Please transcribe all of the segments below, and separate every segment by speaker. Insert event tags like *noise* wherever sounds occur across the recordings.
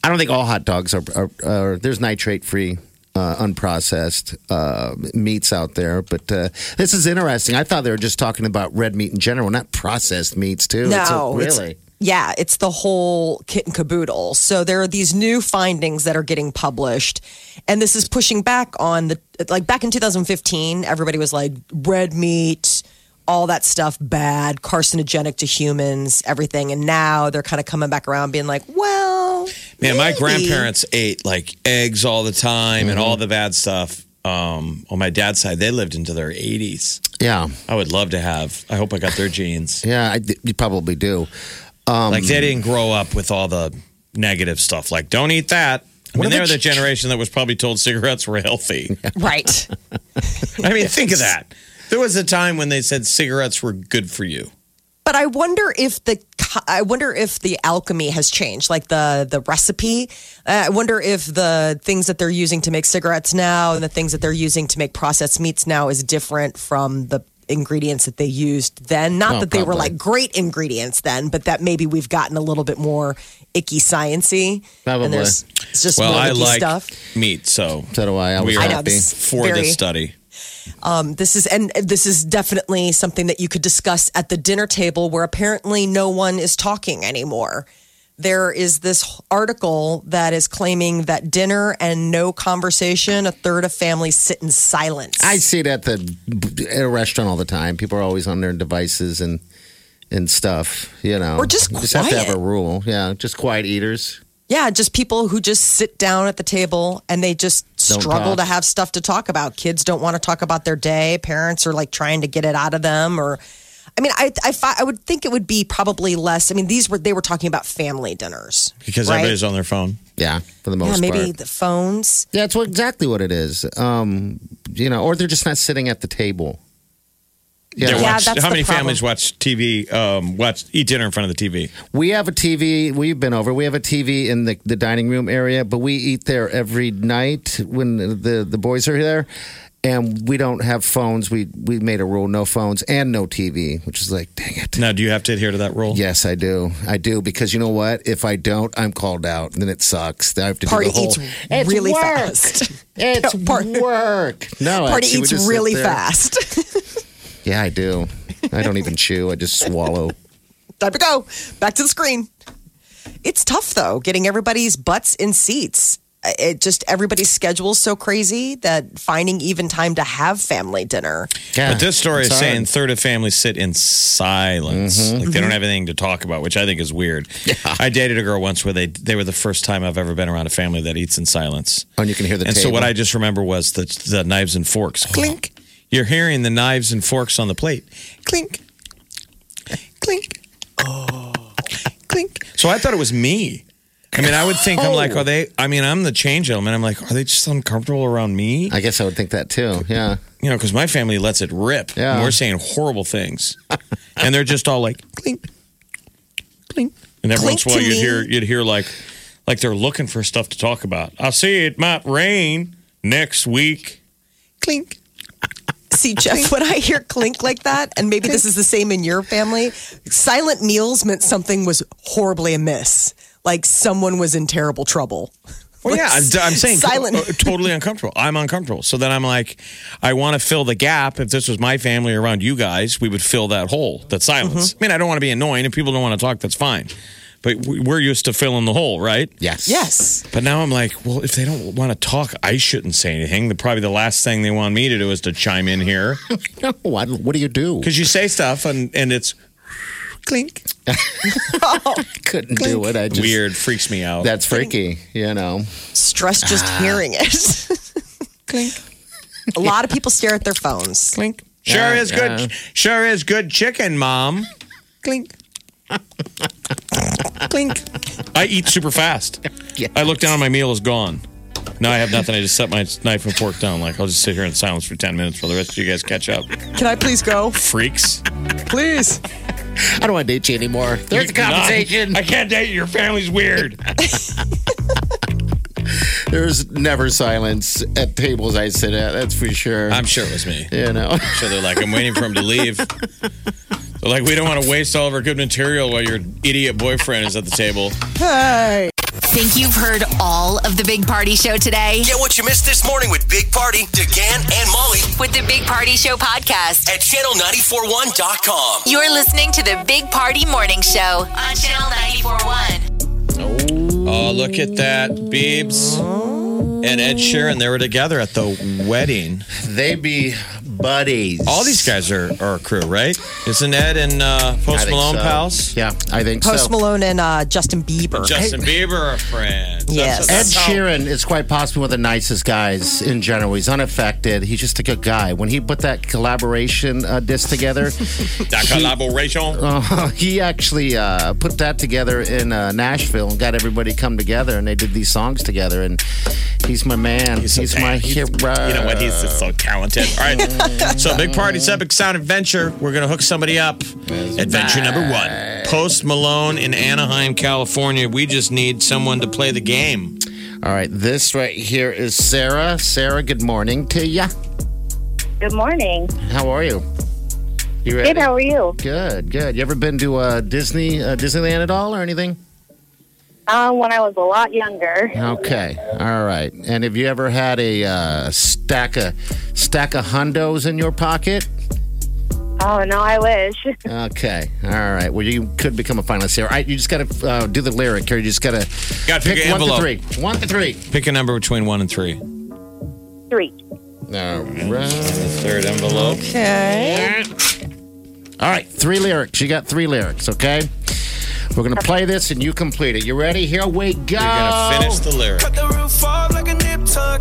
Speaker 1: I don't think all hot dogs are. are, are there's nitrate free. Uh, unprocessed uh, meats out there, but uh, this is interesting. I thought they were just talking about red meat in general, not processed meats too. It's a-
Speaker 2: No, it's-
Speaker 1: really.
Speaker 2: yeah, it's the whole kit and caboodle. So there are these new findings that are getting published, and this is pushing back on the like back in 2015, everybody was like red meat, all that stuff bad, carcinogenic to humans, everything, and now they're kind of coming back around, being like, well,
Speaker 3: Man, my
Speaker 2: maybe.
Speaker 3: grandparents ate like eggs all the time and all the bad stuff. Um, on my dad's side, they lived into their 80s.
Speaker 1: yeah,
Speaker 3: I would love to have. I hope I got their genes.
Speaker 1: yeah. I, you probably do.
Speaker 3: like they didn't grow up with all the negative stuff. Like don't eat that. I mean,
Speaker 1: What
Speaker 3: they
Speaker 1: are
Speaker 3: were
Speaker 1: the
Speaker 3: the generation that was probably told cigarettes were healthy.
Speaker 2: right.
Speaker 3: I mean, think of that. There was a time when they said cigarettes were good for you.
Speaker 2: But I wonder if the I wonder if the alchemy has changed, like the the recipe. Uh, I wonder if the things that they're using to make cigarettes now and the things that they're using to make processed meats now is different from the ingredients that they used then. Not
Speaker 1: Oh,
Speaker 2: that they were
Speaker 1: probably.
Speaker 2: like great ingredients then, but that maybe we've gotten a little bit more icky sciency.
Speaker 1: Probably.
Speaker 2: And there's it's just
Speaker 3: Well,
Speaker 2: more
Speaker 3: I
Speaker 2: icky
Speaker 3: like
Speaker 2: stuff.
Speaker 3: meat, so
Speaker 1: So do I. I was
Speaker 3: we
Speaker 2: I know,
Speaker 3: are
Speaker 1: happy.
Speaker 2: this-
Speaker 3: for
Speaker 2: Very-
Speaker 3: this study.
Speaker 2: This is and this is definitely something that you could discuss at the dinner table where apparently no one is talking anymore. There is this article that is claiming that dinner and no conversation, a third of families sit in silence.
Speaker 1: I see it at the at a restaurant all the time. People are always on their devices and and stuff. You know,
Speaker 2: Or just
Speaker 1: You just have to have
Speaker 2: quiet.
Speaker 1: a rule. Yeah, just quiet eaters.
Speaker 2: yeah, just people who just sit down at the table and they just
Speaker 1: Don't
Speaker 2: struggle
Speaker 1: talk.
Speaker 2: to have stuff to talk about. Kids don't want to talk about their day. Parents are like trying to get it out of them or I mean, I, I, fi- I would think it would be probably less. I mean, these were they were talking about family dinners
Speaker 3: Because
Speaker 2: right?
Speaker 3: everybody's on their phone.
Speaker 1: Yeah, for the most
Speaker 2: yeah, maybe
Speaker 1: part.
Speaker 2: the phones.
Speaker 1: Yeah, that's what, exactly what it is. Um, you know, or they're just not sitting at the table. Yeah.
Speaker 3: They
Speaker 2: Yeah,
Speaker 3: watch-
Speaker 2: that's
Speaker 3: how
Speaker 2: the
Speaker 3: many
Speaker 2: problem.
Speaker 3: families watch TV, um, watch eat dinner in front of the TV?
Speaker 1: We have a TV. We've been over. We have a TV in the, the dining room area, but we eat there every night when the, the boys are there. And we don't have phones. We we made a rule: no phones and no TV, which is like, dang it.
Speaker 3: Now, do you have to adhere to that rule?
Speaker 1: Yes, I do. I do because you know what? If I don't, I'm called out. Then it sucks. I have to
Speaker 2: Party
Speaker 1: do the whole.
Speaker 2: eats really
Speaker 1: work.
Speaker 2: fast.
Speaker 1: *laughs*
Speaker 2: *laughs*
Speaker 1: It's
Speaker 2: Part-
Speaker 1: work. No,
Speaker 2: Party
Speaker 1: actually, we
Speaker 2: eats
Speaker 1: just sit
Speaker 2: really
Speaker 1: there.
Speaker 2: fast. *laughs*
Speaker 1: Yeah, I do. I don't even chew. I just swallow.
Speaker 2: Time to go. Back to the screen. It's tough though, getting everybody's butts in seats. it just everybody's schedule's so crazy that finding even time to have family dinner.
Speaker 3: *laughs*
Speaker 1: Yeah,
Speaker 3: But this story
Speaker 1: it's
Speaker 3: is saying
Speaker 1: hard. Mm-hmm.
Speaker 3: third of families sit in silence, like they don't have anything to talk about, which I think is weird. I dated a girl once where they they were the first time I've ever been around a family that eats in silence.
Speaker 1: Oh, and you can hear the
Speaker 3: and
Speaker 1: table.
Speaker 3: so
Speaker 1: Oh.
Speaker 3: what I just remember was the the knives and forks clink. You're hearing the knives and forks on the plate clink, clink, oh, clink. So I thought it was me. I mean, I would think I'm like, are they? I mean, I'm the change element. I'm like, are they just uncomfortable around me?
Speaker 1: I guess I would think that too. Yeah.
Speaker 3: you know, because my family lets it rip.
Speaker 1: Yeah.
Speaker 3: And we're saying horrible *laughs* things, and they're just all like clink, clink. And every
Speaker 2: Clink
Speaker 3: once in a while,
Speaker 2: to
Speaker 3: you'd
Speaker 2: me.
Speaker 3: hear you'd hear like like they're looking for stuff to talk about. I see it might rain next week. Clink.
Speaker 2: See, Jeff, when I hear clink like that, and maybe this is the same in your family, silent meals meant something was horribly amiss. Like someone was in terrible trouble.
Speaker 3: Well, Oh, yeah, I'm, I'm saying
Speaker 2: silent.
Speaker 3: uh, totally uncomfortable. I'm uncomfortable. So then I'm like, I want to fill the gap. If this was my family around you guys, we would fill that hole, that silence. I mean, I don't want to be annoying. If people don't want to talk, that's fine. But we- we're used to filling the hole, right? *laughs*
Speaker 1: Yes. *laughs*
Speaker 2: Yes.
Speaker 3: But now I'm like, well, if they don't want to talk, I shouldn't say anything. The, probably the last thing they want me to do is to chime in *laughs* here
Speaker 1: No. What, what do you do?
Speaker 3: because you say stuff and and it's clink
Speaker 1: Couldn't do it. I just
Speaker 3: weird, freaks me out.
Speaker 1: That's freaky. You know.
Speaker 2: Stress just hearing it.
Speaker 3: Ah. clink
Speaker 2: A lot of people stare at their phones.
Speaker 3: clink. Sure
Speaker 1: Yeah,
Speaker 3: is good.
Speaker 1: yeah.
Speaker 3: Sure is good chicken, mom. Clink. Clink. I eat super *laughs* fast.
Speaker 1: Yeah.
Speaker 3: I look down, my meal is gone. Now I have nothing. I just set my knife and fork down. Like I'll just sit here in silence for ten minutes while the rest of you guys catch up.
Speaker 2: Can I please go?
Speaker 3: Freaks.
Speaker 2: Please.
Speaker 1: I don't want to date you anymore. There's a
Speaker 3: You're not-
Speaker 1: compensation.
Speaker 3: I can't date you. Your family's weird.
Speaker 1: There's never silence at tables I sit at. That's for sure.
Speaker 3: *laughs* I'm sure it was me. *laughs*
Speaker 1: you know.
Speaker 3: So they're like, I'm waiting for him to leave. They're like, we don't want to waste all of our good material while your idiot boyfriend is at the table.
Speaker 2: Hey.
Speaker 4: Think you've heard all of the Big Party Show today?
Speaker 5: Get what you missed this morning with Big Party, DeGan, and Molly
Speaker 4: With the Big Party Show podcast,
Speaker 5: at channel941.com.
Speaker 4: you're listening to the Big Party Morning Show on Channel 941.
Speaker 3: Oh, look at that. Biebs and Ed Sheeran, they were together at the wedding.
Speaker 1: They be buddies.
Speaker 3: All these guys are, are a crew, right? Isn't Ed and uh,
Speaker 1: I
Speaker 3: Post
Speaker 1: think
Speaker 3: Malone
Speaker 1: so.
Speaker 3: pals?
Speaker 1: Yeah, I think
Speaker 2: Post
Speaker 1: so.
Speaker 2: Malone and uh, Justin Bieber.
Speaker 3: Justin Bieber are friends.
Speaker 2: Yes.
Speaker 3: That's-
Speaker 1: Ed
Speaker 3: that's how-
Speaker 1: Sheeran is quite possibly one of the nicest guys in general. He's unaffected. He's just a good guy. When he put that collaboration uh, disc together, *laughs*
Speaker 3: That collaboration.
Speaker 1: uh, he actually uh, put that together in uh, Nashville and got everybody come together, and they did these songs together. And he's my man. He's,
Speaker 3: so
Speaker 1: my
Speaker 3: bad. He's-
Speaker 1: hero.
Speaker 3: You know what? He's just so talented. All right. so, Big Party's Epic Sound Adventure. We're going to hook somebody up. Adventure number one Post Malone in Anaheim, California. We just need someone to play the game.
Speaker 1: All right, this right here is Sarah. Sarah, good morning to ya.
Speaker 6: Good morning.
Speaker 1: How are you? You ready?
Speaker 6: Good, how are you?
Speaker 1: Good, good. You ever been to uh, Disney, uh, Disneyland at all, or anything?
Speaker 6: Um, when I was a lot younger,
Speaker 1: Okay, all right. And have you ever had a uh, stack of stack of hundos in your pocket?
Speaker 6: oh no, I wish. *laughs*
Speaker 1: Okay, all right. Well, you could become a finalist here. All right, you just got to uh, do the lyric here. You just got to
Speaker 3: Got to
Speaker 1: pick
Speaker 3: pick an
Speaker 1: one
Speaker 3: envelope.
Speaker 1: to three. One to three.
Speaker 3: Pick a number between one and three.
Speaker 6: Three.
Speaker 1: All right.
Speaker 3: The third envelope.
Speaker 2: Okay.
Speaker 1: All right, three lyrics. You got three lyrics. Okay. We're gonna play this and you complete it. You ready? Here we go.
Speaker 3: You're going to finish the lyric.
Speaker 1: Oh.
Speaker 7: Cut the roof off like a nip tuck.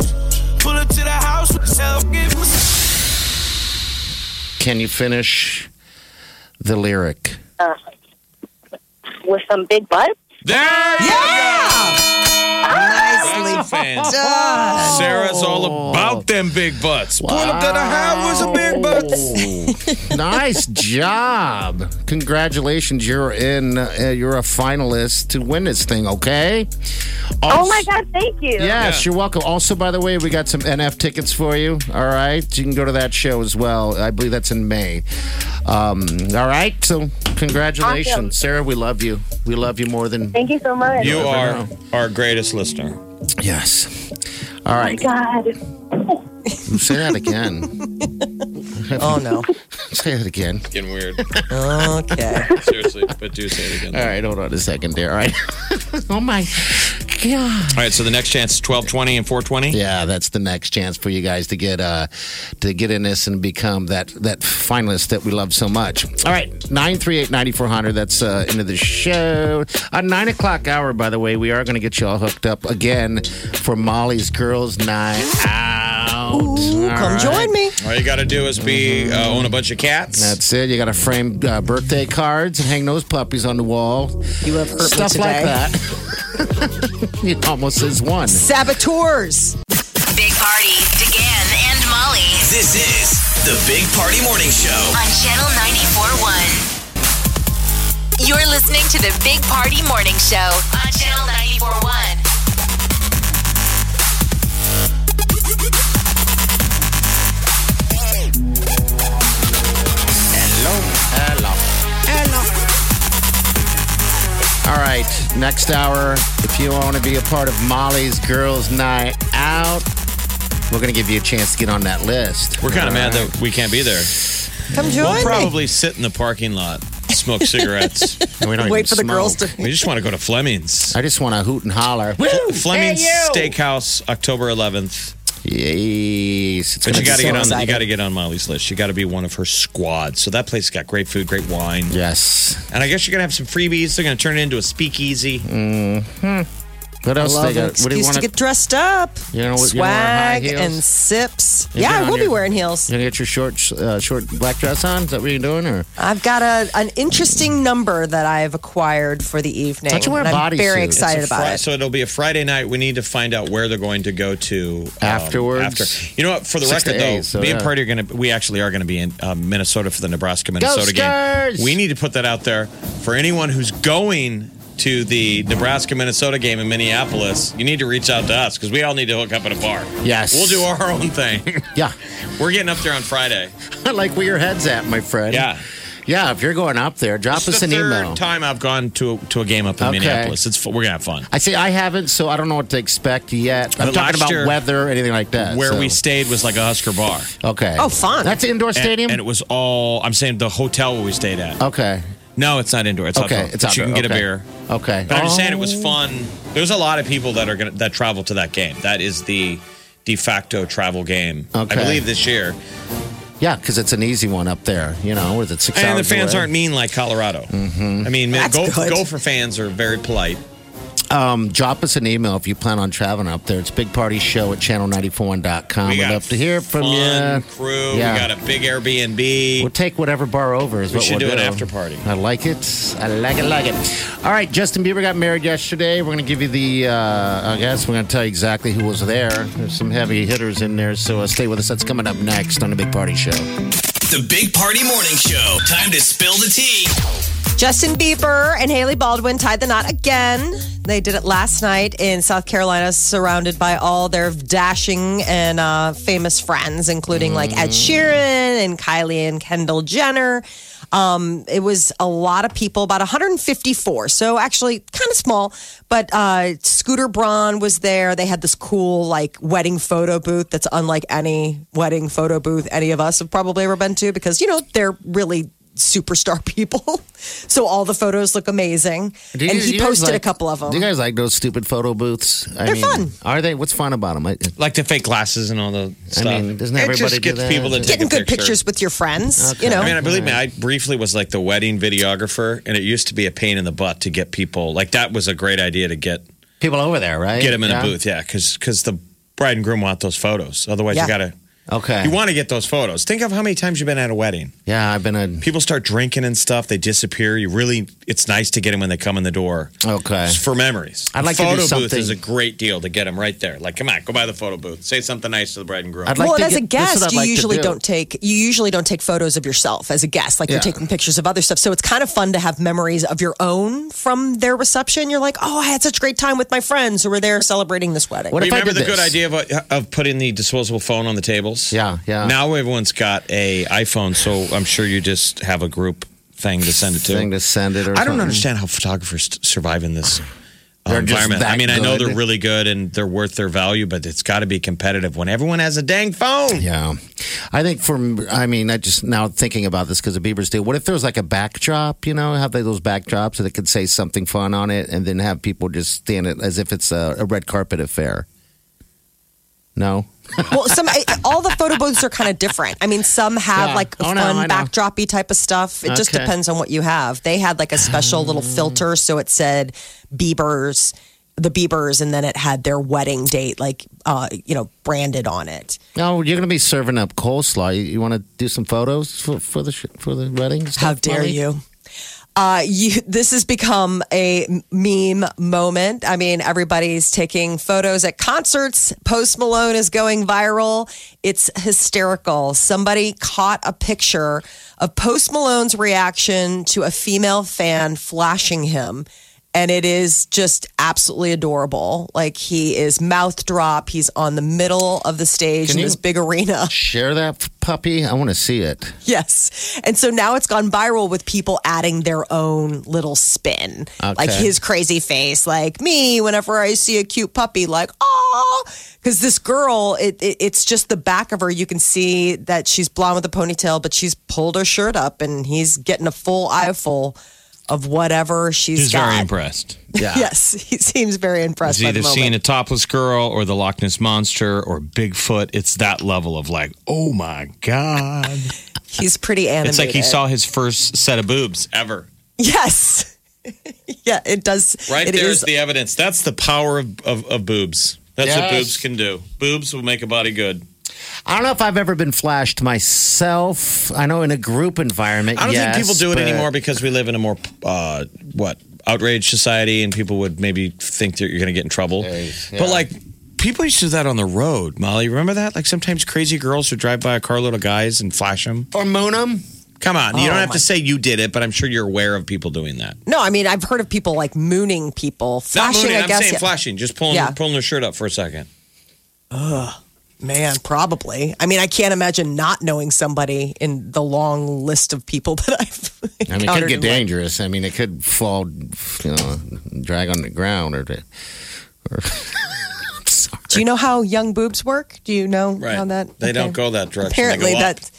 Speaker 7: Pull up to the house with self give
Speaker 1: Can you finish the lyric?
Speaker 6: Uh, with some big butts.
Speaker 3: There you
Speaker 2: Nicely
Speaker 3: go, fans.
Speaker 2: done.
Speaker 3: Sarah's all about them big butts. Pull up to the house with the big butts.
Speaker 6: *laughs*
Speaker 1: nice job! Congratulations, you're in. Uh, you're a finalist to win this thing. Okay.
Speaker 6: Oh
Speaker 1: Also-
Speaker 6: my God, thank you.
Speaker 1: Yes, you're welcome. Also, by the way, we got some NF tickets for you. All right, you can go to that show as well. I believe that's in May. Um, all right, so congratulations,
Speaker 6: Awesome.
Speaker 1: Sarah. We love you. We love you more than
Speaker 6: Thank you so much.
Speaker 3: You
Speaker 1: Never
Speaker 3: are
Speaker 1: know.
Speaker 3: our greatest listener.
Speaker 1: yes. All right,
Speaker 6: Oh God.
Speaker 1: *laughs* say that again.
Speaker 2: Oh, no.
Speaker 1: say that again.
Speaker 3: Getting weird.
Speaker 2: Okay.
Speaker 3: *laughs* Seriously, but do say it again.
Speaker 1: All right, hold on a second there. All right. *laughs* oh my God.
Speaker 3: All right, so the next chance is 1220 and 420.
Speaker 1: Yeah, that's the next chance for you guys to get uh to get in this and become that that finalist that we love so much. All right, nine three eight ninety four hundred. That's uh into the show. At nine o'clock hour, by the way, we are going to get you all hooked up again for Molly's Girls Night Out.
Speaker 2: Ooh,
Speaker 1: All
Speaker 2: come
Speaker 1: right.
Speaker 2: join me.
Speaker 3: All you got to do is be uh, own a bunch of cats.
Speaker 1: Mm-hmm. That's it. You got to frame uh, birthday cards and hang those puppies on the wall.
Speaker 2: You have hurt
Speaker 1: Stuff
Speaker 2: me
Speaker 1: like
Speaker 2: today.
Speaker 1: that. *laughs* it almost is one.
Speaker 2: Saboteurs.
Speaker 4: Big Party, DeGan and Molly
Speaker 5: This is the Big Party Morning Show.
Speaker 4: on Channel 94.1. You're listening to the Big Party Morning Show on Channel 94.1.
Speaker 1: Hello. All right, next hour, if you want to be a part of Molly's Girls Night Out, we're going to give you a chance to get on that
Speaker 2: *laughs*
Speaker 1: list.
Speaker 3: We're kind of mad that we can't be there.
Speaker 2: Come join
Speaker 3: We'll
Speaker 2: me.
Speaker 3: probably sit in the parking lot,
Speaker 1: *laughs*
Speaker 3: smoke cigarettes.
Speaker 1: And we don't
Speaker 2: Wait
Speaker 1: even
Speaker 2: for the girls
Speaker 1: smoke.
Speaker 2: to.
Speaker 3: We just want to go to Fleming's.
Speaker 1: I just want to hoot and holler. Woo!
Speaker 3: Fleming's
Speaker 1: Hey, you!
Speaker 3: Steakhouse, October 11th.
Speaker 1: Yes, it's
Speaker 3: But
Speaker 1: gonna
Speaker 3: you got to get
Speaker 1: be so-
Speaker 3: on. You
Speaker 2: exciting.
Speaker 3: got to get on Molly's list. You got to be one of her squad. So that place got great food, great wine,
Speaker 1: Yes.
Speaker 3: and I guess you're gonna have some freebies. They're gonna turn it into a speakeasy.
Speaker 1: What
Speaker 2: I
Speaker 1: else they
Speaker 2: love an
Speaker 1: got? What do you
Speaker 2: excuse
Speaker 1: want
Speaker 2: to get dressed up.
Speaker 1: You know what- you want high
Speaker 2: Swag
Speaker 1: heels?
Speaker 2: and sips.
Speaker 1: You
Speaker 2: yeah,
Speaker 1: got
Speaker 2: I will
Speaker 1: on
Speaker 2: be
Speaker 1: your-
Speaker 2: wearing heels.
Speaker 1: You gonna get your short, uh, short black dress on? Is that what you're doing, or
Speaker 2: I've got a an interesting number that I've acquired for the evening.
Speaker 1: Don't you wear a
Speaker 2: and I'm
Speaker 1: bodysuit?
Speaker 2: very
Speaker 1: It's a
Speaker 2: excited
Speaker 3: It's a
Speaker 2: about
Speaker 3: Fri-
Speaker 2: it.
Speaker 3: So it'll be a Friday night. We need to find out where they're going to go to um,
Speaker 1: Afterwards?
Speaker 3: After you know what? For the
Speaker 1: Six to
Speaker 3: record, though,
Speaker 1: eight, so
Speaker 3: me and
Speaker 1: yeah.
Speaker 3: Party are gonna. We actually are gonna be in um, Minnesota for the Nebraska Minnesota
Speaker 1: Skers!
Speaker 3: game. We need to put that out there for anyone who's going to the Nebraska Minnesota game in Minneapolis. You need to reach out to us because we all need to hook up at a bar.
Speaker 1: Yes.
Speaker 3: we'll do our own
Speaker 1: *laughs*
Speaker 3: thing.
Speaker 1: yeah,
Speaker 3: We're getting up there on Friday.
Speaker 1: like where your head's at, my friend.
Speaker 3: Yeah.
Speaker 1: yeah. If you're going up there, drop
Speaker 3: It's
Speaker 1: us
Speaker 3: the
Speaker 1: an
Speaker 3: third
Speaker 1: email.
Speaker 3: time I've gone to to a game up in
Speaker 1: Okay.
Speaker 3: Minneapolis. It's fu- we're gonna have fun.
Speaker 1: I say I haven't, so I don't know what to expect yet. I'm
Speaker 3: But
Speaker 1: talking
Speaker 3: last
Speaker 1: about
Speaker 3: year-
Speaker 1: weather, anything like that.
Speaker 3: Where
Speaker 1: so-
Speaker 3: we stayed was like a Husker bar.
Speaker 1: okay.
Speaker 2: Oh, fun.
Speaker 1: That's an indoor
Speaker 3: And-
Speaker 1: stadium.
Speaker 3: And, it was all I'm saying the hotel where we stayed at.
Speaker 1: okay.
Speaker 3: No, it's not indoor. It's
Speaker 1: Okay.
Speaker 3: outdoor.
Speaker 1: It's
Speaker 3: But
Speaker 1: outdoor.
Speaker 3: You can get
Speaker 1: okay. Oh.
Speaker 3: a beer.
Speaker 1: Okay.
Speaker 3: But I'm just saying it was fun. There's a lot of people that are gonna that travel to that game. That is the de facto travel game.
Speaker 1: Okay.
Speaker 3: I believe this year.
Speaker 1: Oh, Yeah, because it's an easy one up there. You know, with it six
Speaker 3: And the
Speaker 1: hours
Speaker 3: fans
Speaker 1: away.
Speaker 3: aren't mean like Colorado.
Speaker 1: Mm-hmm.
Speaker 3: I mean, man,
Speaker 2: That's
Speaker 3: go,
Speaker 2: good.
Speaker 3: Gopher fans are very polite.
Speaker 1: Um, drop us an email if you plan on traveling up there. It's Big Party Show at channel941.com.
Speaker 3: We
Speaker 1: We'd
Speaker 3: got
Speaker 1: love to hear from
Speaker 3: fun
Speaker 1: you.
Speaker 3: crew.
Speaker 1: Yeah.
Speaker 3: We got a big Airbnb.
Speaker 1: We'll take whatever bar over. Is
Speaker 3: We
Speaker 1: what
Speaker 3: should do
Speaker 1: we'll
Speaker 3: an after party.
Speaker 1: I like it. I like it. Like it. All right, Justin Bieber got married yesterday. We're going to give you the. Uh, I guess we're going to tell you exactly who was there. There's some heavy hitters in there, so uh, stay with us. That's coming up next on the Big Party Show.
Speaker 5: The Big Party Morning Show. Time to spill the tea.
Speaker 2: Justin Bieber and Haley Baldwin tied the knot again. They did it last night in South Carolina, surrounded by all their dashing and uh, famous friends, including like Ed Sheeran and Kylie and Kendall Jenner. Um, it was a lot of people, about 154. So actually, kind of small. But uh, Scooter Braun was there. They had this cool like wedding photo booth that's unlike any wedding photo booth any of us have probably ever been to because you know they're really superstar *laughs* people. so all the photos look amazing.
Speaker 1: Do you-
Speaker 2: and
Speaker 1: do
Speaker 2: he
Speaker 1: you guys
Speaker 2: posted a
Speaker 1: like-
Speaker 2: couple of them.
Speaker 1: Do you guys like those stupid photo booths? I
Speaker 2: They're fun.
Speaker 1: Are they? What's fun about them? I,
Speaker 3: like the fake glasses and all the stuff.
Speaker 1: mean, doesn't everybody
Speaker 3: it just
Speaker 1: do
Speaker 3: gets
Speaker 1: that?
Speaker 3: people to take
Speaker 2: Getting
Speaker 3: a
Speaker 2: good
Speaker 3: picture.
Speaker 2: pictures with your friends, you know.
Speaker 3: I mean, I believe me. I briefly was like the wedding videographer, and it used to be a pain in the butt to get people. Like that was a great idea to get
Speaker 1: people over there, right?
Speaker 3: get them in
Speaker 1: Yeah?
Speaker 3: a booth, yeah, because the bride and groom want those photos. Otherwise,
Speaker 2: Yeah.
Speaker 3: you gotta
Speaker 1: Okay.
Speaker 3: you want to get those photos. Think of how many times you've been at a wedding.
Speaker 1: yeah, I've been a.
Speaker 3: People start drinking and stuff. They disappear. You really, it's nice to get them when they come in the door.
Speaker 1: Okay.
Speaker 3: It's for memories.
Speaker 1: I'd like to do
Speaker 3: photo booth
Speaker 1: something-
Speaker 3: is a great deal to get them right there. Like, come on, go by the photo booth. Say something nice to the bride and groom.
Speaker 1: I'd like
Speaker 2: well,
Speaker 1: to
Speaker 2: and as a
Speaker 1: get- this is
Speaker 2: guest,
Speaker 1: what I'd
Speaker 2: you
Speaker 1: like to
Speaker 2: usually
Speaker 1: do.
Speaker 2: do. not take you usually don't take photos of yourself as a guest. Like you're
Speaker 1: Yeah.
Speaker 2: taking pictures of other stuff, so it's kind of fun to have memories of your own from their reception. You're like, oh, I had such a great time with my friends who were there celebrating this wedding.
Speaker 1: What if I
Speaker 3: Remember
Speaker 1: did
Speaker 3: the
Speaker 1: this?
Speaker 3: good idea of, uh, of putting the disposable phone on the tables?
Speaker 1: Yeah, yeah.
Speaker 3: Now everyone's got a iPhone, so I'm sure you just have a group thing to send it to.
Speaker 1: Thing to send it. Or
Speaker 3: I don't
Speaker 1: something.
Speaker 3: understand how photographers t- survive in this um,
Speaker 1: They're just
Speaker 3: environment.
Speaker 1: that
Speaker 3: I mean, I know
Speaker 1: good.
Speaker 3: they're really good and they're worth their value, but it's got to be competitive when everyone has a dang phone.
Speaker 1: Yeah, I think from I mean I just now thinking about this because the Beavers do. What if there was like a backdrop? You know, have they those backdrops that could say something fun on it, and then have people just stand it as if it's a, a red carpet affair. No,
Speaker 2: Well, some I, all the photo booths are kind of different. I mean, some have
Speaker 1: Yeah.
Speaker 2: like
Speaker 1: Oh, no, I
Speaker 2: fun
Speaker 1: know.
Speaker 2: backdroppy type of stuff. It just
Speaker 1: Okay. Mm.
Speaker 2: depends on what you have. They had like a special little filter, so it said Bieber's, the Bieber's, and then it had their wedding date, like uh, you know, branded on it.
Speaker 1: no, you're gonna be serving up coleslaw. You, you want to do some photos for, for the sh- for the wedding?
Speaker 2: How
Speaker 1: stuff,
Speaker 2: dare
Speaker 1: Molly?
Speaker 2: you? Uh, you? This has become a meme moment. I mean, everybody's taking photos at concerts. Post Malone is going viral. It's hysterical. Somebody caught a picture of Post Malone's reaction to a female fan flashing him. And it is just absolutely adorable. Like he is mouth drop. He's on the middle of the stage
Speaker 1: Can
Speaker 2: in
Speaker 1: you-
Speaker 2: this big
Speaker 1: *laughs*
Speaker 2: arena.
Speaker 1: Share that f- puppy. I want to see it.
Speaker 2: *laughs* Yes. And so now it's gone viral with people adding their own little spin.
Speaker 1: Okay.
Speaker 2: Like his crazy face, like me whenever I see a cute puppy, like, oh, because this girl, it, it, it's just the back of her. You can see that she's blonde with a ponytail, but she's pulled her shirt up and he's getting a full eyeful of whatever she's
Speaker 3: He's
Speaker 2: got.
Speaker 3: very
Speaker 1: *laughs*
Speaker 3: impressed.
Speaker 2: *laughs* Yes. He seems very impressed
Speaker 3: He's
Speaker 2: by the
Speaker 3: either seeing a
Speaker 2: moment.
Speaker 3: topless girl or the Loch Ness monster or Bigfoot. It's that level of like, oh my
Speaker 2: *laughs*
Speaker 3: god!
Speaker 2: He's pretty animated.
Speaker 3: It's like he saw his first set of boobs ever.
Speaker 2: *laughs* Yes. *laughs* yeah, it does.
Speaker 3: Right
Speaker 2: it
Speaker 3: there
Speaker 2: is
Speaker 3: is the evidence. That's the power of, of, of boobs. That's what
Speaker 1: Yes.
Speaker 3: boobs can do. Boobs will make a body good.
Speaker 1: I don't know if I've ever been flashed myself. I know in a group environment.
Speaker 3: I don't
Speaker 1: yes,
Speaker 3: think people do it
Speaker 1: but-
Speaker 3: anymore because we live in a more uh, what outraged society, and people would maybe think that you're going to get in trouble. But like people used to do that on the road, Molly. Remember that? Like sometimes crazy girls would drive by a carload of guys and flash them.
Speaker 1: Or moon 'em?
Speaker 3: Come on, you
Speaker 2: Oh,
Speaker 3: don't have
Speaker 2: my-
Speaker 3: to say you did it, but I'm sure you're aware of people doing that.
Speaker 2: No, I mean I've heard of people like mooning people,
Speaker 3: Not
Speaker 2: flashing.
Speaker 3: mooning,
Speaker 2: I
Speaker 3: I'm
Speaker 2: guess.
Speaker 3: saying
Speaker 2: yeah.
Speaker 3: flashing, just pulling
Speaker 2: Yeah.
Speaker 3: pulling their shirt up for a second.
Speaker 2: Man, probably. I mean, I can't imagine not knowing somebody in the long list of people *laughs* that I've.
Speaker 1: I mean, it
Speaker 2: encountered
Speaker 1: could get
Speaker 2: in life.
Speaker 1: dangerous. I mean, it could fall, you know, drag on the ground or. or *laughs* I'm sorry.
Speaker 2: Do you know how young boobs work? Do you know how that?
Speaker 3: They don't
Speaker 2: okay.
Speaker 3: go that direction.
Speaker 2: Apparently,
Speaker 3: they go up.
Speaker 2: that.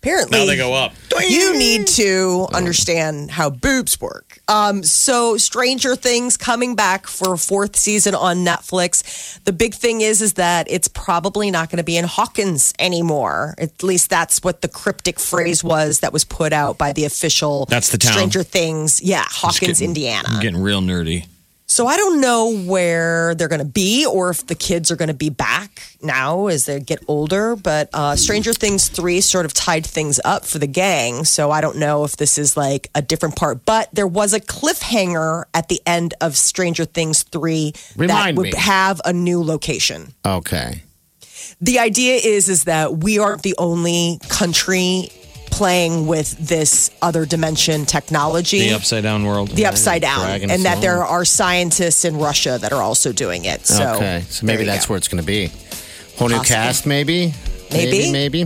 Speaker 2: Apparently,
Speaker 3: now they go up.
Speaker 2: You need to understand how boobs work. Um, so Stranger Things coming back for a fourth season on Netflix. The big thing is is that it's probably not going to be in Hawkins anymore. At least that's what the cryptic phrase was that was put out by the official
Speaker 3: That's the town.
Speaker 2: Stranger Things. Yeah, Hawkins, Indiana.
Speaker 3: I'm getting real nerdy.
Speaker 2: So I don't know where they're going to be or if the kids are going to be back now as they get older. But uh, Stranger Things 3 sort of tied things up for the gang. So I don't know if this is like a different part. But there was a cliffhanger at the end of Stranger Things 3 that
Speaker 1: Remind
Speaker 2: would
Speaker 1: me.
Speaker 2: have a new location
Speaker 1: Okay.
Speaker 2: the idea is is that we aren't the only country playing with this other dimension technology
Speaker 3: The upside down world.
Speaker 2: the upside down
Speaker 1: dragging
Speaker 2: and
Speaker 1: us
Speaker 2: that there
Speaker 1: along.
Speaker 2: are scientists in russia that are also doing it so
Speaker 1: okay. So maybe
Speaker 2: there you
Speaker 1: that's
Speaker 2: go.
Speaker 1: where it's going to be. Whole new
Speaker 2: Possible.
Speaker 1: cast, maybe?
Speaker 2: Maybe.
Speaker 1: Maybe.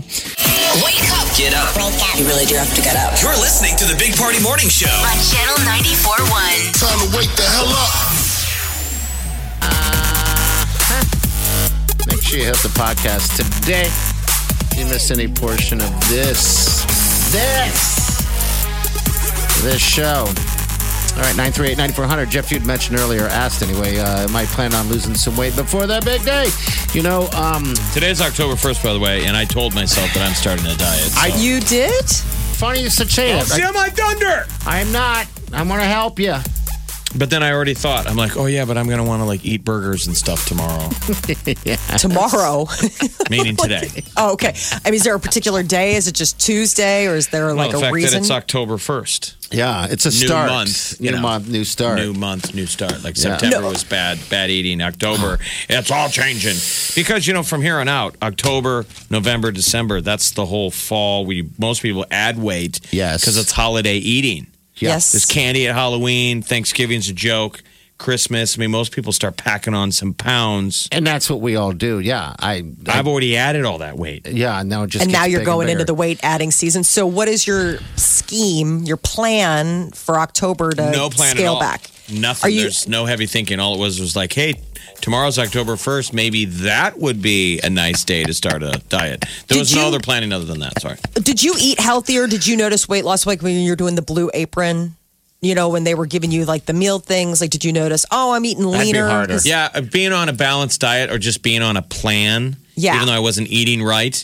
Speaker 4: Wake up
Speaker 5: Get up.
Speaker 8: You really do have to get up.
Speaker 5: You're listening to the Big Party Morning Show.
Speaker 4: on Channel 94.1.
Speaker 9: Time to wake the hell up.
Speaker 1: Make sure you hit the podcast today. If you miss any portion of this, this, this show. All right, 938 9400. Jeff, you'd mentioned earlier, asked anyway, uh, am I planning on losing some weight before that big day? You know, um,
Speaker 3: Today's October 1st, by the way, and I told myself that I'm starting a diet.
Speaker 1: I-
Speaker 2: you did
Speaker 1: funny you should say that.
Speaker 3: my thunder!
Speaker 1: I'm not. I want to help you.
Speaker 3: But then I already thought, I'm like, oh yeah, but I'm going to want to like eat burgers and
Speaker 2: *laughs*
Speaker 3: stuff tomorrow,
Speaker 2: tomorrow *laughs*
Speaker 3: meaning today.
Speaker 2: oh, okay i mean is there a particular day is it just tuesday or is there
Speaker 3: Well,
Speaker 2: like
Speaker 3: the
Speaker 2: a
Speaker 3: fact that
Speaker 2: reason
Speaker 3: it's October 1st,
Speaker 1: Yeah, it's a
Speaker 3: New
Speaker 1: start.
Speaker 3: month,
Speaker 1: new
Speaker 3: you know.
Speaker 1: month, new start.
Speaker 3: new month, new start. Like
Speaker 1: Yeah.
Speaker 3: September
Speaker 2: No.
Speaker 3: was bad, bad eating.
Speaker 1: *sighs*
Speaker 3: October, it's all changing. Because, you know, from here on out, October, November, December, that's the whole fall. We Most people add weight
Speaker 1: Yes.
Speaker 3: because it's holiday eating.
Speaker 2: yes
Speaker 3: There's candy at Halloween, Thanksgiving's a joke, Christmas. I mean, most people start packing on some pounds.
Speaker 1: and that's what we all do. Yeah, I. I
Speaker 3: I've already added all that weight.
Speaker 1: yeah, now it just.
Speaker 2: and
Speaker 1: gets
Speaker 2: now you're
Speaker 1: bigger and
Speaker 2: going into the
Speaker 1: bigger.
Speaker 2: weight adding season. So, what is your scheme, your plan for October to
Speaker 3: No plan at
Speaker 2: scale
Speaker 3: all.
Speaker 2: back?
Speaker 3: Nothing.
Speaker 2: Are you-
Speaker 3: There's no heavy thinking. All it was was like, hey, tomorrow's October 1st. Maybe that would be a nice day to start a diet. There
Speaker 2: Did
Speaker 3: was no
Speaker 2: you-
Speaker 3: other planning other than that. Sorry.
Speaker 2: Did you eat healthier? Did you notice weight loss like when you're doing the blue apron? You know, when they were giving you like the meal things, like did you notice, oh, I'm eating
Speaker 1: That'd be
Speaker 2: leaner?
Speaker 1: harder.
Speaker 2: Is-
Speaker 3: Yeah, uh, being on a balanced diet or just being on a plan,
Speaker 2: Yeah.
Speaker 3: even though I wasn't eating right,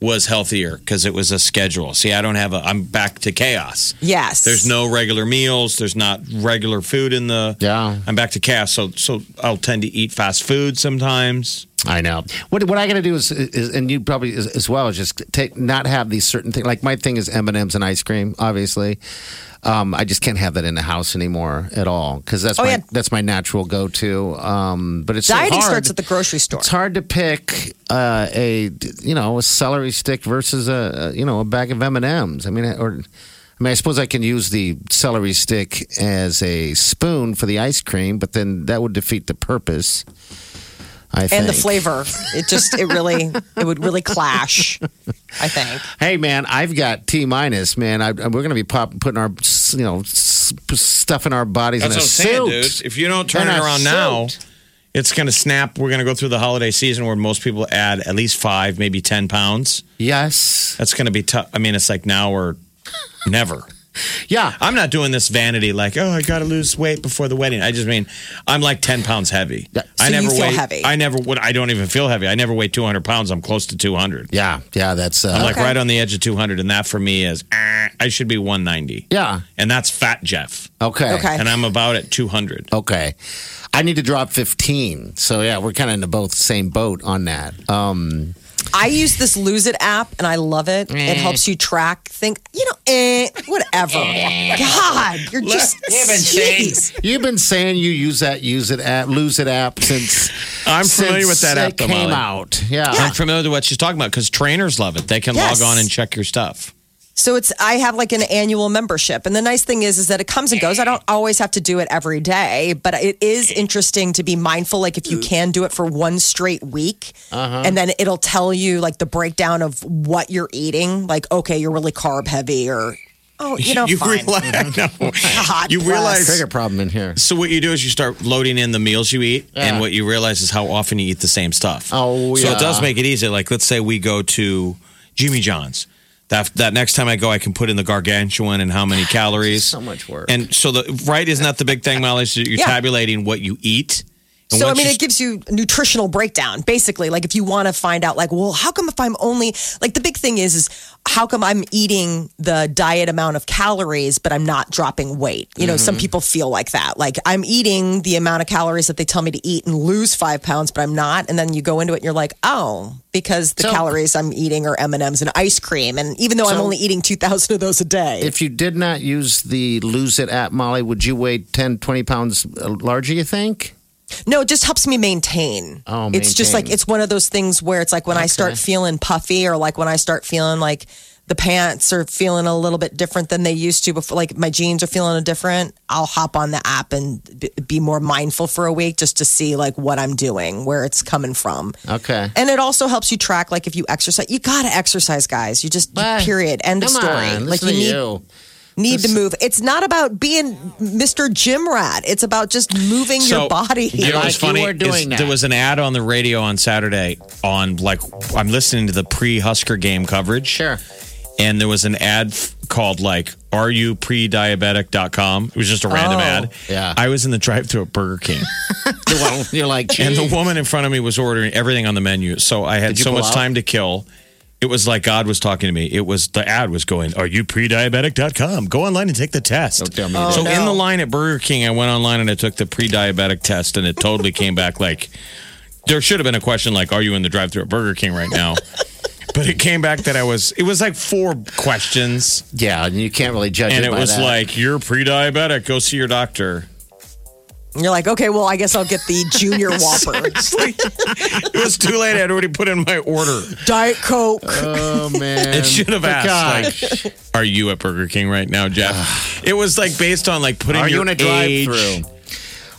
Speaker 3: was healthier because it was a schedule. See, I don't have a, I'm back to chaos.
Speaker 2: Yes.
Speaker 3: There's no regular meals. There's not regular food in the.
Speaker 1: Yeah.
Speaker 3: I'm back to chaos, so so I'll tend to eat fast food sometimes.
Speaker 1: I know. What what I got to do is, is and you probably as, as well is just take not have these certain things. Like my thing is M and M's and ice cream. Obviously, um, I just can't have that in the house anymore at all because that's
Speaker 2: Oh,
Speaker 1: my
Speaker 2: yeah.
Speaker 1: that's my natural go to. Um, but it's so
Speaker 2: Dieting
Speaker 1: hard.
Speaker 2: starts at the grocery store.
Speaker 1: It's hard to pick uh, a you know a celery stick versus a a, you know a bag of M and M's. I mean, or I mean, I suppose I can use the celery stick as a spoon for the ice cream, but then that would defeat the purpose. I
Speaker 2: and the
Speaker 1: think.
Speaker 2: flavor. It just it really it would really clash, I think.
Speaker 1: Hey man, I've got T minus, man. I, we're gonna be pop, putting our, s- you know, s- stuffing our bodies
Speaker 3: That's
Speaker 1: in
Speaker 3: what
Speaker 1: a
Speaker 3: I'm
Speaker 1: suit.
Speaker 3: saying, dude. If you don't turn
Speaker 1: In
Speaker 3: it
Speaker 1: a
Speaker 3: around now,
Speaker 1: suit.
Speaker 3: it's going to snap. We're going to go through the holiday season where most people add at least five, maybe ten pounds.
Speaker 1: yes,
Speaker 3: That's going to be tough. I mean, it's like now or *laughs* never.
Speaker 1: yeah,
Speaker 3: I'm not doing this vanity like, oh, I got to lose weight before the wedding. I just mean I'm like 10 pounds heavy. I
Speaker 2: So you
Speaker 3: never
Speaker 2: feel
Speaker 3: weigh
Speaker 2: heavy.
Speaker 3: I never would. I don't even feel heavy. I never weigh 200 pounds. I'm close to 200.
Speaker 1: yeah, yeah. That's uh,
Speaker 3: I'm like right on the edge of 200, and that for me is eh, I should be 190.
Speaker 1: yeah.
Speaker 3: and that's Fat Jeff,
Speaker 1: Okay,
Speaker 2: Okay.
Speaker 3: and I'm about at 200.
Speaker 1: okay. I need to drop fifteen. So yeah, we're kind of in the both same boat on that. Um,
Speaker 2: I use this Lose It app and I love it.
Speaker 1: Eh.
Speaker 2: It helps you track things. You know, eh, whatever.
Speaker 1: Eh.
Speaker 2: God, you're just jeez.
Speaker 1: you've been saying you use that, use it app, lose it app since
Speaker 3: *laughs* I'm familiar
Speaker 1: since
Speaker 3: with that app.
Speaker 1: it
Speaker 3: though,
Speaker 1: came
Speaker 3: Molly.
Speaker 1: out. Yeah.
Speaker 3: I'm familiar with what she's talking about because trainers love it. They can
Speaker 2: Yes.
Speaker 3: log on and check your stuff.
Speaker 2: So it's I have like an annual membership, and the nice thing is is that it comes and goes. I don't always have to do it every day, but it is interesting to be mindful. Like if you
Speaker 3: Mm.
Speaker 2: can do it for one straight week,
Speaker 3: Uh-huh.
Speaker 2: and then it'll tell you like the breakdown of what you're eating. Like okay, you're really carb heavy, or oh,
Speaker 3: *laughs*
Speaker 2: you know,
Speaker 3: you
Speaker 2: fine.
Speaker 3: realize, I know.
Speaker 1: *laughs*
Speaker 2: God
Speaker 3: you
Speaker 2: bless.
Speaker 3: realize
Speaker 1: Bigger problem in here.
Speaker 3: So what you do is you start loading in the meals you eat,
Speaker 1: Yeah.
Speaker 3: and what you realize is how often you eat the same stuff.
Speaker 1: Oh,
Speaker 3: so
Speaker 1: yeah.
Speaker 3: it does make it easy. Like let's say we go to Jimmy John's. That that next time I go, I can put in the gargantuan and how
Speaker 1: *sighs*
Speaker 3: many calories.
Speaker 1: So much work.
Speaker 3: And so the right isn't that the big thing, Molly? So you're
Speaker 2: Yeah.
Speaker 3: tabulating what you eat. And
Speaker 2: So I
Speaker 3: once
Speaker 2: mean,
Speaker 3: you
Speaker 2: it gives you nutritional breakdown, basically. Like if you want to find out, like, well, how come if I'm only like the big thing is, is how come I'm eating the diet amount of calories, but I'm not dropping weight? You know, some
Speaker 3: Mm-hmm.
Speaker 2: people feel like that. Like I'm eating the amount of calories that they tell me to eat and lose five pounds, but I'm not. And then you go into it, and you're like, oh, because the
Speaker 1: So-
Speaker 2: calories I'm eating are M and M's and ice cream, and even though I'm
Speaker 1: So-
Speaker 2: only eating two thousand of those a day,
Speaker 1: if you did not use the lose it app molly would you weigh 10 20 pounds uh, larger you think
Speaker 2: No, it just helps me maintain.
Speaker 1: Oh,
Speaker 2: It's just like
Speaker 1: maintain.
Speaker 2: it's one of those things where it's like when I start feeling puffy or like when I start feeling like the pants are feeling a little bit different than they used to before like my jeans are feeling a different, I'll hop on the app and b- be more mindful for a week just to see like what I'm doing, where it's coming from.
Speaker 1: okay
Speaker 2: And it also helps you track like if you exercise. You got to exercise, guys. You just
Speaker 1: Hey,
Speaker 2: period end of
Speaker 1: come
Speaker 2: story.
Speaker 1: on,
Speaker 2: like
Speaker 1: listen to
Speaker 2: need
Speaker 1: you.
Speaker 2: need to move. It's not about being Mr. Gym Rat. It's about just moving your body.
Speaker 3: You know what's
Speaker 1: Like
Speaker 3: funny?
Speaker 1: you were doing
Speaker 3: is
Speaker 1: that.
Speaker 3: There was an ad on the radio on Saturday on like I'm listening to the pre-Husker game coverage.
Speaker 1: sure
Speaker 3: and there was an ad f- called like are you pre-diabetic.com it was just a random
Speaker 2: Oh.
Speaker 3: ad
Speaker 1: Yeah.
Speaker 3: i was in the drive-thru at burger
Speaker 1: *laughs*
Speaker 3: king
Speaker 1: you're like
Speaker 3: *laughs* and the
Speaker 1: "Gee."
Speaker 3: woman in front of me was ordering everything on the menu so i had
Speaker 1: Did you
Speaker 3: so
Speaker 1: pull
Speaker 3: much
Speaker 1: out?
Speaker 3: time to kill it was like god was talking to me it was the ad was going are you pre-diabetic.com go online and take the test
Speaker 1: Don't tell me Oh, that.
Speaker 3: so in the line at burger king i went online and i took the pre-diabetic test and it totally came back like there should have been a question like are you in the drive-thru at burger king right
Speaker 1: *laughs*
Speaker 3: now but it came back that i was it was like four questions
Speaker 1: yeah and you can't really judge
Speaker 3: and it
Speaker 1: by
Speaker 3: was
Speaker 1: that.
Speaker 3: like you're pre-diabetic go see your doctor
Speaker 2: And You're like, okay, well, I guess I'll get the junior
Speaker 1: *laughs*
Speaker 2: whopper.
Speaker 3: it was too late i'd already put in my order
Speaker 2: Diet Coke.
Speaker 1: oh man
Speaker 3: *laughs* it should have
Speaker 1: But
Speaker 3: asked
Speaker 1: gosh.
Speaker 3: like are you at burger king right now
Speaker 1: *sighs*
Speaker 3: jeff it was like based on like putting
Speaker 1: are you
Speaker 3: your
Speaker 1: in a
Speaker 3: age.
Speaker 1: drive-through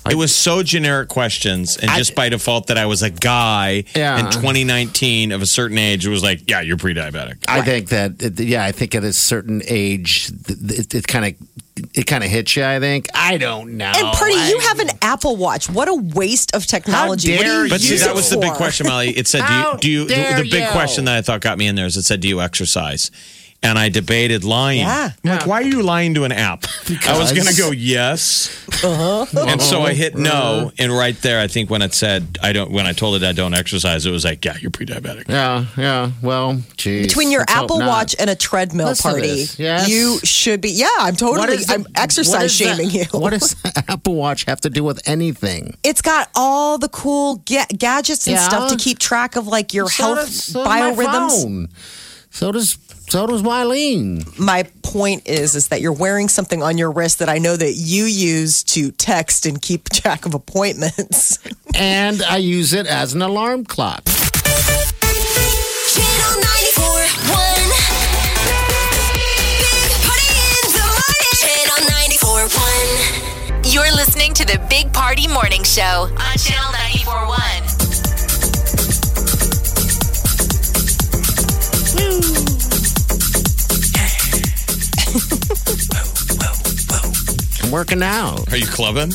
Speaker 3: it was so generic questions and
Speaker 1: I-
Speaker 3: just by default that i was a guy
Speaker 1: Yeah.
Speaker 3: in 2019 of a certain age it was like yeah you're pre-diabetic
Speaker 1: I think that, it- yeah, I think at a certain age, th- th- it, it kind of it kind of hits you. I think I don't know.
Speaker 2: And Purdy,
Speaker 1: I-
Speaker 2: you have an Apple Watch. What a waste of technology. What do
Speaker 1: dare
Speaker 2: you
Speaker 3: But see,
Speaker 2: use
Speaker 3: that
Speaker 2: it
Speaker 3: was the big
Speaker 2: for?
Speaker 3: question, Molly. It
Speaker 1: *laughs*
Speaker 3: said, do
Speaker 1: How
Speaker 3: you, do you
Speaker 1: dare
Speaker 3: the, the big
Speaker 1: you.
Speaker 3: question that I thought got me in there is it said, do you exercise? And I debated lying.
Speaker 2: Yeah.
Speaker 3: I'm like, why are you lying to an app? I was going to go yes.
Speaker 1: Uh-huh.
Speaker 3: And so I hit no. And right there, I think when it said, I don't, when I told it I don't exercise, it was like, yeah, you're pre diabetic.
Speaker 1: Yeah, yeah. Well, geez.
Speaker 2: Between your
Speaker 1: Let's hope
Speaker 2: Apple
Speaker 1: not.
Speaker 2: Watch and a treadmill
Speaker 1: Listen to
Speaker 2: party,
Speaker 1: this. Yes.
Speaker 2: you should be. Yeah, I'm totally.
Speaker 1: is the-
Speaker 2: I'm exercise
Speaker 1: what is the-
Speaker 2: shaming you.
Speaker 1: What does *laughs* the Apple Watch have to do with anything?
Speaker 2: it's got all the cool ga- gadgets and
Speaker 1: Yeah.
Speaker 2: stuff to keep track of like your
Speaker 1: So
Speaker 2: health
Speaker 1: does- so does my
Speaker 2: biorhythms.
Speaker 1: phone. So does so does Mylene.
Speaker 2: my point is is that you're wearing something on your wrist that I know that you use to text and keep track of appointments. *laughs*
Speaker 1: and I use it as an alarm clock.
Speaker 4: Channel 941. Big Party in the morning. Channel 941. You're listening to the Big Party Morning Show on Channel 941.
Speaker 1: I'm working out.
Speaker 3: Are you clubbing?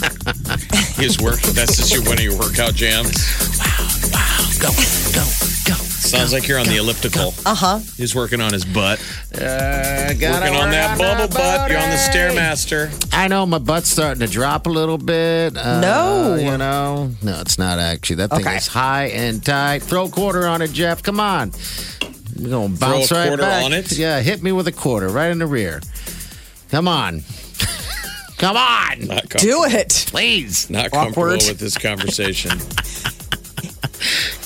Speaker 3: His work, that's just your, one of your workout jams.
Speaker 1: Go, go, go. Uh-huh.
Speaker 3: Sounds like you're on the elliptical. Uh huh. He's working on his butt,
Speaker 1: Uh, gotta
Speaker 3: working on
Speaker 1: work
Speaker 3: that bubble
Speaker 1: my
Speaker 3: butt. You're on the
Speaker 1: body.
Speaker 3: Stairmaster.
Speaker 1: I know my butt's starting to drop a little bit. Uh,
Speaker 2: No.
Speaker 1: You know? No, it's not actually. That thing
Speaker 2: Okay.
Speaker 1: is high and tight. Throw a quarter on it, Jeff. Come on. We're going to bounce right
Speaker 3: quarter
Speaker 1: back.
Speaker 3: on it?
Speaker 1: Yeah, hit me with a quarter right in the rear. Come on. *laughs* Come on.
Speaker 3: Not com-
Speaker 2: Do it.
Speaker 1: Please.
Speaker 3: Not comfortable
Speaker 2: Awkward.
Speaker 3: with this conversation.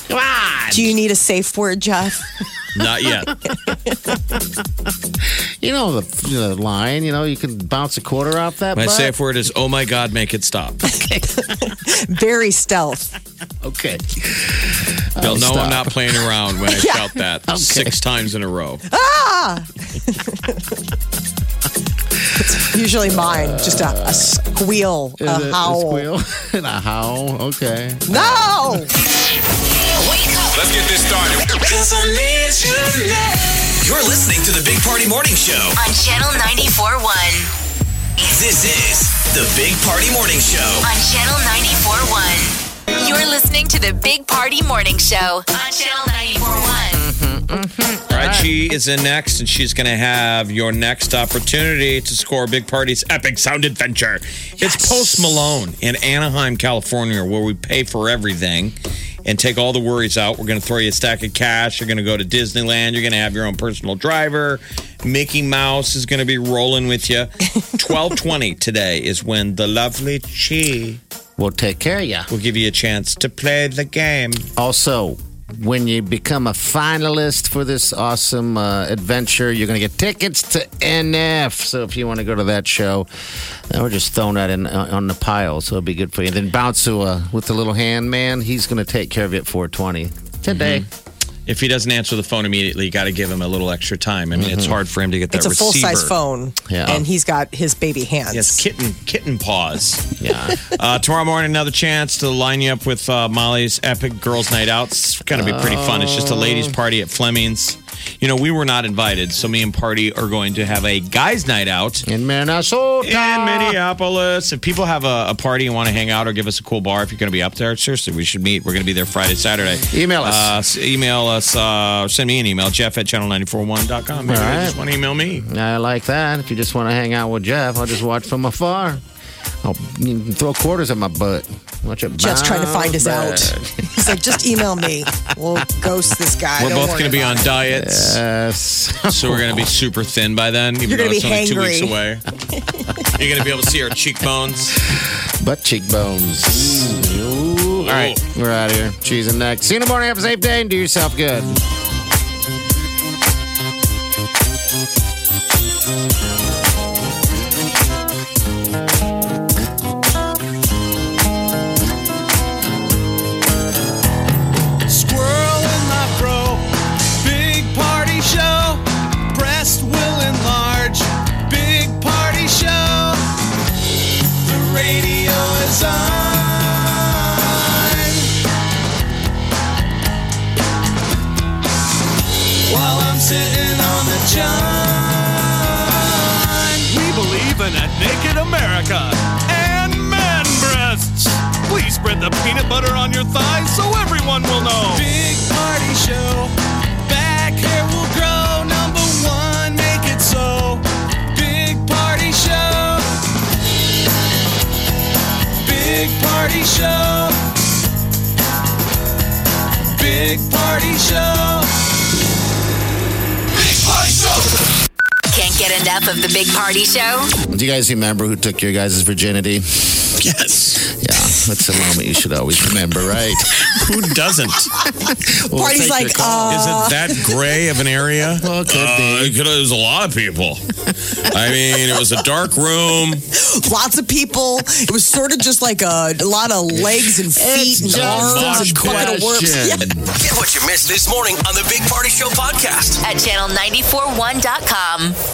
Speaker 1: Come on.
Speaker 2: Do you need a safe word, Jeff?
Speaker 3: Not
Speaker 1: *laughs*
Speaker 3: yet.
Speaker 1: You know the, the line. You know, you can bounce a quarter off that
Speaker 3: My
Speaker 1: butt.
Speaker 3: safe word is, oh my God, make it stop.
Speaker 2: Very stealth.
Speaker 1: Okay.
Speaker 3: They'll know
Speaker 1: stop.
Speaker 3: I'm not playing around
Speaker 1: *laughs*
Speaker 3: when I shout that six times in a row.
Speaker 2: Ah! Usually mine, just a, a squeal,
Speaker 1: Is it
Speaker 2: a howl.
Speaker 1: squeal? *laughs* and a howl. Okay.
Speaker 2: No.
Speaker 4: Wake up.
Speaker 5: Let's get this started. You're listening to the Big Party Morning Show.
Speaker 4: On Channel 941.
Speaker 5: This is the Big Party Morning Show.
Speaker 4: On Channel 941. You're listening to the Big Party Morning Show on Channel 941.
Speaker 3: All right, she is in next, and she's going to have your next opportunity to score Big Party's epic sound adventure. It's Post Malone in Anaheim, California, where we pay for everything and take all the worries out. We're going to throw you a stack of cash. You're going to go to Disneyland. You're going to have your own personal driver. Mickey Mouse is going to be rolling with *laughs* you. 1220 today is when the lovely Chi
Speaker 1: We'll take care of you.
Speaker 3: will give you a chance to play the game.
Speaker 1: Also, when you become a finalist for this awesome uh, adventure, you're going to get tickets to NF. So if you want to go to that show, uh, we're just throwing that in uh, on the pile. So it'll be good for you. Then bounce to, uh, with the little hand man. He's going to take care of you at Mm-hmm. 420 today.
Speaker 3: if he doesn't answer the phone immediately, you got to give him a little extra time. I mean, it's hard for him to get that
Speaker 2: Mm-hmm. It's a full
Speaker 3: receiver.
Speaker 2: size phone.
Speaker 1: Yeah.
Speaker 2: And he's got his baby hands.
Speaker 3: Yes, kitten kitten paws. *laughs*
Speaker 1: Yeah.
Speaker 3: uh, tomorrow morning, another chance to line you up with uh, Molly's epic girls' night out. It's going to be pretty fun. It's just a ladies' party at Fleming's. You know, we were not invited, so me and Party are going to have a guys' night out
Speaker 1: In Minnesota.
Speaker 3: in Minneapolis. If people have a, a party and want to hang out or give us a cool bar, if you're going to be up there, seriously, we should meet. We're going to be there Friday, Saturday.
Speaker 1: Email us.
Speaker 3: Uh, s- email us. Uh, send me an email, jeff at channel941.com. Maybe
Speaker 1: All
Speaker 3: they
Speaker 1: right.
Speaker 3: just want to email me.
Speaker 1: I like that. If you just want to hang out with Jeff, I'll just watch from afar. I'll mm, throw quarters at my butt. Watch it.
Speaker 2: Jeff's trying to find us out.
Speaker 1: bounce back.
Speaker 2: He's like, just email me. We'll ghost this guy.
Speaker 3: We're
Speaker 2: Don't
Speaker 3: both
Speaker 2: worry
Speaker 3: going to be on
Speaker 2: about it."
Speaker 3: diets,
Speaker 1: Yes.
Speaker 3: so we're going to be super thin by then, even
Speaker 2: You're
Speaker 3: though
Speaker 2: gonna
Speaker 3: it's
Speaker 2: be
Speaker 3: only two weeks
Speaker 2: hangry. *laughs*
Speaker 3: away. you're going to be able to see our cheekbones.
Speaker 1: Butt cheekbones. Ooh. All right, we're out of here. Cheese and neck. See you in the morning. Have a safe day and do yourself good.
Speaker 7: Squirrel in my fro. Big party show. Breast will enlarge. Big party show. The radio is on. While I'm sitting on the john. We believe in a America and man breasts. Please spread the peanut butter on your thighs so everyone will know. Big party show. Back hair will grow. Number one, make it so. Big party show. Big party show. Big party show. Big party show.
Speaker 4: Can't get enough of the Big Party Show?
Speaker 1: Do you guys remember who took your guys' virginity?
Speaker 3: Yes.
Speaker 1: Yeah, that's a moment you should always remember, right?
Speaker 3: Who doesn't? Is
Speaker 1: Well,
Speaker 2: Party's
Speaker 1: take your
Speaker 2: like, uh,
Speaker 1: call.
Speaker 3: it that gray of an area?
Speaker 1: Well, it could
Speaker 3: Uh,
Speaker 1: be.
Speaker 3: it could- it was a lot of people. I mean, it was a dark room.
Speaker 2: Lots of people. It was sort of just like a, a lot of legs and feet
Speaker 1: It's
Speaker 2: and arms
Speaker 1: *laughs* just
Speaker 2: and
Speaker 1: a
Speaker 2: bucket of worms.
Speaker 1: question.
Speaker 2: Yeah.
Speaker 5: Get what you missed this morning on the Big Party Show podcast.
Speaker 4: At channel941.com.